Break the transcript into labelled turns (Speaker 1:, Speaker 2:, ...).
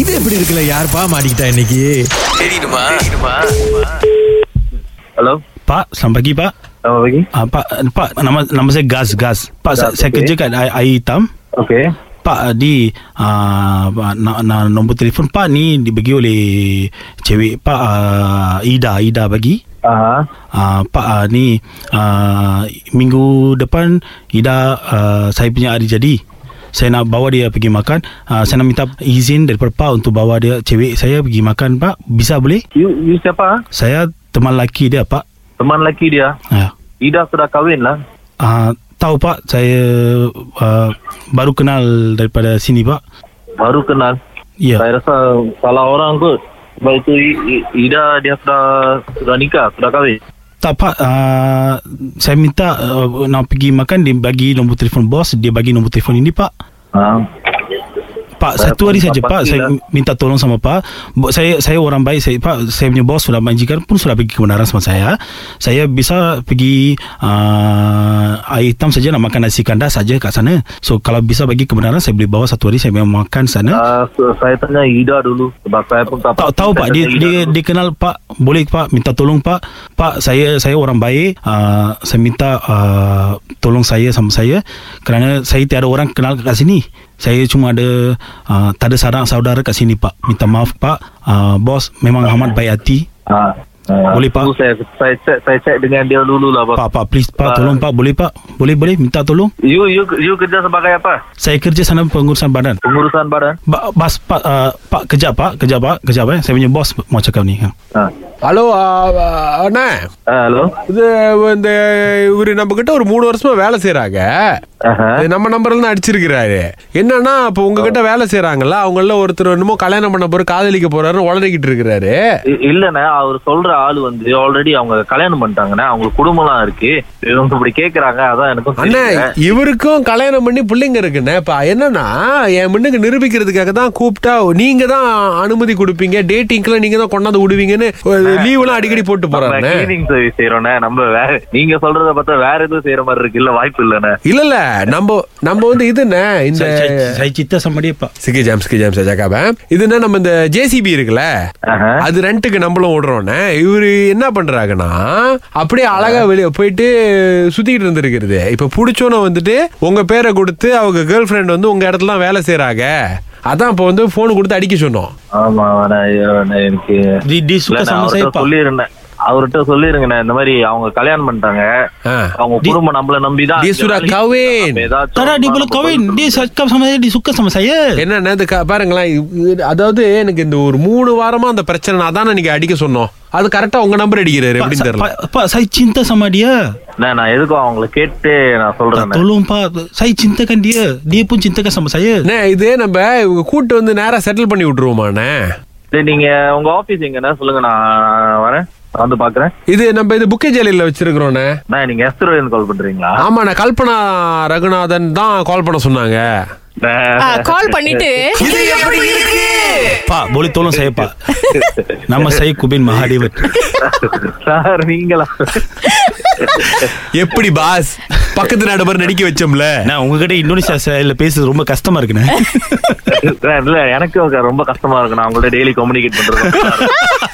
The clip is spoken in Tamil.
Speaker 1: இது எப்படி இருக்குல்ல யாருப்பா மாட்டிக்கிட்டா இன்னைக்கு
Speaker 2: hello
Speaker 3: Pak, selamat pagi Pak.
Speaker 2: ஆமாம் பகி
Speaker 3: Uh, Pak, uh, Pak nama nama saya Gas Gas. Pak, saya,
Speaker 2: Gas,
Speaker 3: saya
Speaker 2: okey.
Speaker 3: kerja kat air, air hitam.
Speaker 2: Okay
Speaker 3: Pak uh, di uh, na, na, nombor telefon Pak ni dibagi oleh cewek Pak uh, Ida Ida bagi.
Speaker 2: ஆஹா
Speaker 3: Uh, Pak uh, ni uh, minggu depan Ida uh, saya punya hari jadi. Saya nak bawa dia pergi makan. Uh, saya nak minta izin daripada Pak untuk bawa dia cewek saya pergi makan Pak. Bisa boleh?
Speaker 2: You, you siapa? ah?
Speaker 3: Saya teman lelaki dia Pak.
Speaker 2: Teman lelaki dia.
Speaker 3: Uh.
Speaker 2: Ida sudah kahwin lah.
Speaker 3: Ah, tahu pak, saya uh, baru kenal daripada sini pak.
Speaker 2: Baru kenal.
Speaker 3: Ya.
Speaker 2: Saya rasa salah orang kot. Sebab itu I- I- Ida dia sudah sudah nikah, sudah kahwin.
Speaker 3: Tak pak, uh, saya minta uh, nak pergi makan dia bagi nombor telefon bos, dia bagi nombor telefon ini pak.
Speaker 2: Ha.
Speaker 3: Pak
Speaker 2: Saya
Speaker 3: satu hari
Speaker 2: pun tak
Speaker 3: saja pak, saya
Speaker 2: pastilah.
Speaker 3: minta tolong sama pak. Bo- Saya saya orang baik saya pak, saya punya bos sudah majikan pun sudah bagi kebenaran sama saya. Saya bisa pergi uh, air hitam saja nak makan nasi kandar saja kat sana. So kalau bisa bagi kebenaran saya boleh bawa satu hari saya memang makan sana.
Speaker 2: Ah, so, saya tanya Ida dulu sebab saya pun tak
Speaker 3: Tahu
Speaker 2: pasti.
Speaker 3: tahu
Speaker 2: Saya
Speaker 3: pak
Speaker 2: tanya
Speaker 3: dia
Speaker 2: Ida
Speaker 3: dia,
Speaker 2: dulu.
Speaker 3: dia kenal pak boleh pak minta tolong pak pak saya saya orang baik uh, saya minta uh, tolong saya sama saya kerana saya tiada orang kenal kat sini saya cuma ada uh, tak ada sarang saudara kat sini pak minta maaf pak uh, bos memang amat baik hati
Speaker 2: Ha. Ha.
Speaker 3: Boleh, Pak.
Speaker 2: Tu Saya saya check saya check dengan dia dulu lah pak.
Speaker 3: pak pak please
Speaker 2: Ah.
Speaker 3: pak tolong pak boleh pak boleh boleh minta tolong
Speaker 2: You you you kerja sebagai apa?
Speaker 3: saya kerja sana pengurusan badan
Speaker 2: Pengurusan badan.
Speaker 3: ba, bas pak uh, pak kerja pak kerja pak kerja pak eh? saya punya bos mau cakap ni ha.
Speaker 2: Ha.
Speaker 4: Hello ஆ, ஆ, அண்ணா
Speaker 2: Ah, Hello.
Speaker 4: இது இந்த இவரு நம்ம கிட்ட ஒரு மூணு வருஷமா வேலை செய்யறாங்க
Speaker 2: Aha.
Speaker 4: நம்ம நம்பர்ல இருந்து அடிச்சிருக்கிறாரு என்னன்னா இப்ப உங்ககிட்ட வேலை செய்யறாங்கல்ல அவங்கள ஒருத்தர் என்னமோ கல்யாணம் பண்ண போற காதலிக்க போறாருன்னு உளறிக்கிட்டு இருக்கிறாரு
Speaker 2: இ- இல்லண்ணே அவர் சொல்ற ஆள் வந்து ஆல்ரெடி அவங்க கல்யாணம் பண்ணிட்டாங்கண்ணே அவங்களுக்கு குடும்பம்லாம் இருக்கு இவங்க இப்படி கேக்குறாங்க அதான் எனக்கும்
Speaker 4: அண்ணா
Speaker 2: தெரியல.
Speaker 4: இவருக்கும் கல்யாணம் பண்ணி பிள்ளைங்க இருக்குண்ணே இப்ப என்னன்னா என் முன்னுக்கு நிரூபிக்கிறதுக்காக தான் கூப்பிட்டா நீங்க தான் அனுமதி கொடுப்பீங்க டேட்டிங்க்குலாம் நீங்க தான் கொண்டாந்து விடுவீங்கன்னு லீவ் எல்லாம் அடிக்கடி போட்டு
Speaker 2: நம்ம
Speaker 4: போறாருண்ணே
Speaker 2: cleaning service செய்றோம்ண்ணே. நம்ம வேற- நீங்க சொல்றத பார்த்தா வேற எதுவும் செய்யற மாதிரி இருக்கு இல்ல வாய்ப்பு இல்லண்ணே
Speaker 4: இல்ல இல்ல நம்ம நம்ம வந்து இதுண்ணே இந்த
Speaker 3: saya, saya, saya cerita sama dia pak
Speaker 4: சிக்கி ஜாம் சிக்கி ஜாம் சஜாக்காபன் இதுன்னா eh? நம்ம இந்த ஜேசிபி இருக்குல்ல
Speaker 2: ஆஹா.
Speaker 4: அது ரெண்ட்டுக்கு நம்மளும் விடுறோம்னே இவரு என்ன பண்றாங்கன்னா அப்படியே அழகா வெளியே போயிட்டு சுத்திக்கிட்டு இருந்திருக்கிறது இப்ப புடிச்சோன்னு வந்துட்டு உங்க பேரை கொடுத்து அவங்க கேர்ள் ஃப்ரெண்ட் வந்து உங்க இடத்துல தான் வேலை செய்யறாங்க அதான் இப்போ வந்து போன் கொடுத்து அடிக்க சொன்னோம்
Speaker 2: ஆமா நான் நான் எனக்கு
Speaker 3: dia, dia suka
Speaker 2: இல்லண்ணே,
Speaker 3: sama saya
Speaker 2: அவர்கிட்ட
Speaker 3: pak
Speaker 2: சொல்லிருந்தேன் அவர்கிட்ட சொல்லிருங்கண்ணே இந்த மாதிரி அவங்க கல்யாணம் பண்ணிட்டாங்க
Speaker 4: ஆ.
Speaker 2: அவங்க குடும்பம் நம்மள நம்பிதான்
Speaker 4: dia
Speaker 2: அஞ்சு
Speaker 4: sudah
Speaker 2: நாளைக்கு
Speaker 4: kahwin.
Speaker 2: நம்ம ஏதாச்சும்
Speaker 3: Tak ada dia
Speaker 2: நம்ம
Speaker 3: belum kahwin
Speaker 2: கொடுத்து-
Speaker 3: Dia cakap sama saya Dia suka sama saya
Speaker 4: என்னன்னா இது க- பாருங்களேன் இது- அதாவது எனக்கு இந்த ஒரு மூணு வாரமா அந்த பிரச்சனை நான் தான் நீங்க அடிக்க சொன்னோம் அது கரெக்டா உங்க நம்பர் அடிக்கிறாரு
Speaker 3: Pak,
Speaker 4: எப்படின்னு
Speaker 3: sa-
Speaker 4: தெரியல
Speaker 3: pak, pak, saya cinta sama dia
Speaker 2: அண்ணே, நான் எதுக்கும் அவங்கள கேட்டு நான்
Speaker 3: Pak,
Speaker 2: சொல்றேன்
Speaker 3: Tolong pak Saya cintakan dia Dia pun cintakan sama saya
Speaker 4: அண்ணே, இதே நம்ம இவங்க கூட்டு வந்து நேரா செட்டில் பண்ணி விட்டுருவோமாண்ணே
Speaker 2: சரி நீங்க உங்க ஆபீஸ் எங்கண்ணே சொல்லுங்க நான் வரேன் நான் வந்து பாக்குறேன்
Speaker 4: இது நம்ம இது புக்கே ஜெயிலில் வச்சிருக்கிறோண்ணே
Speaker 2: அண்ணா நீங்க எஸ்ரோல கால் பண்றீங்களா
Speaker 4: ஆமாண்ணே கல்பனா ரகுநாதன் தான் கால் பண்ண சொன்னாங்க
Speaker 5: கால் பண்ணிட்டு
Speaker 3: Pak boleh tolong saya pak Nama saya Kubin Mahadevan
Speaker 2: sir நீங்களா
Speaker 4: எப்படி பாஸ் பக்கத்து நடுவர் நடிக்க வச்சோம்ல
Speaker 3: நான் உங்ககிட்ட இந்தோனேஷியா ஸ்டைலில் பேசுறது ரொம்ப கஷ்டமா இருக்குண்ணே
Speaker 2: இல்ல எனக்கு ரொம்ப கஷ்டமா இருக்கு நான் உங்கள்ட்ட டெய்லி கம்யூனிகேட் பண்றது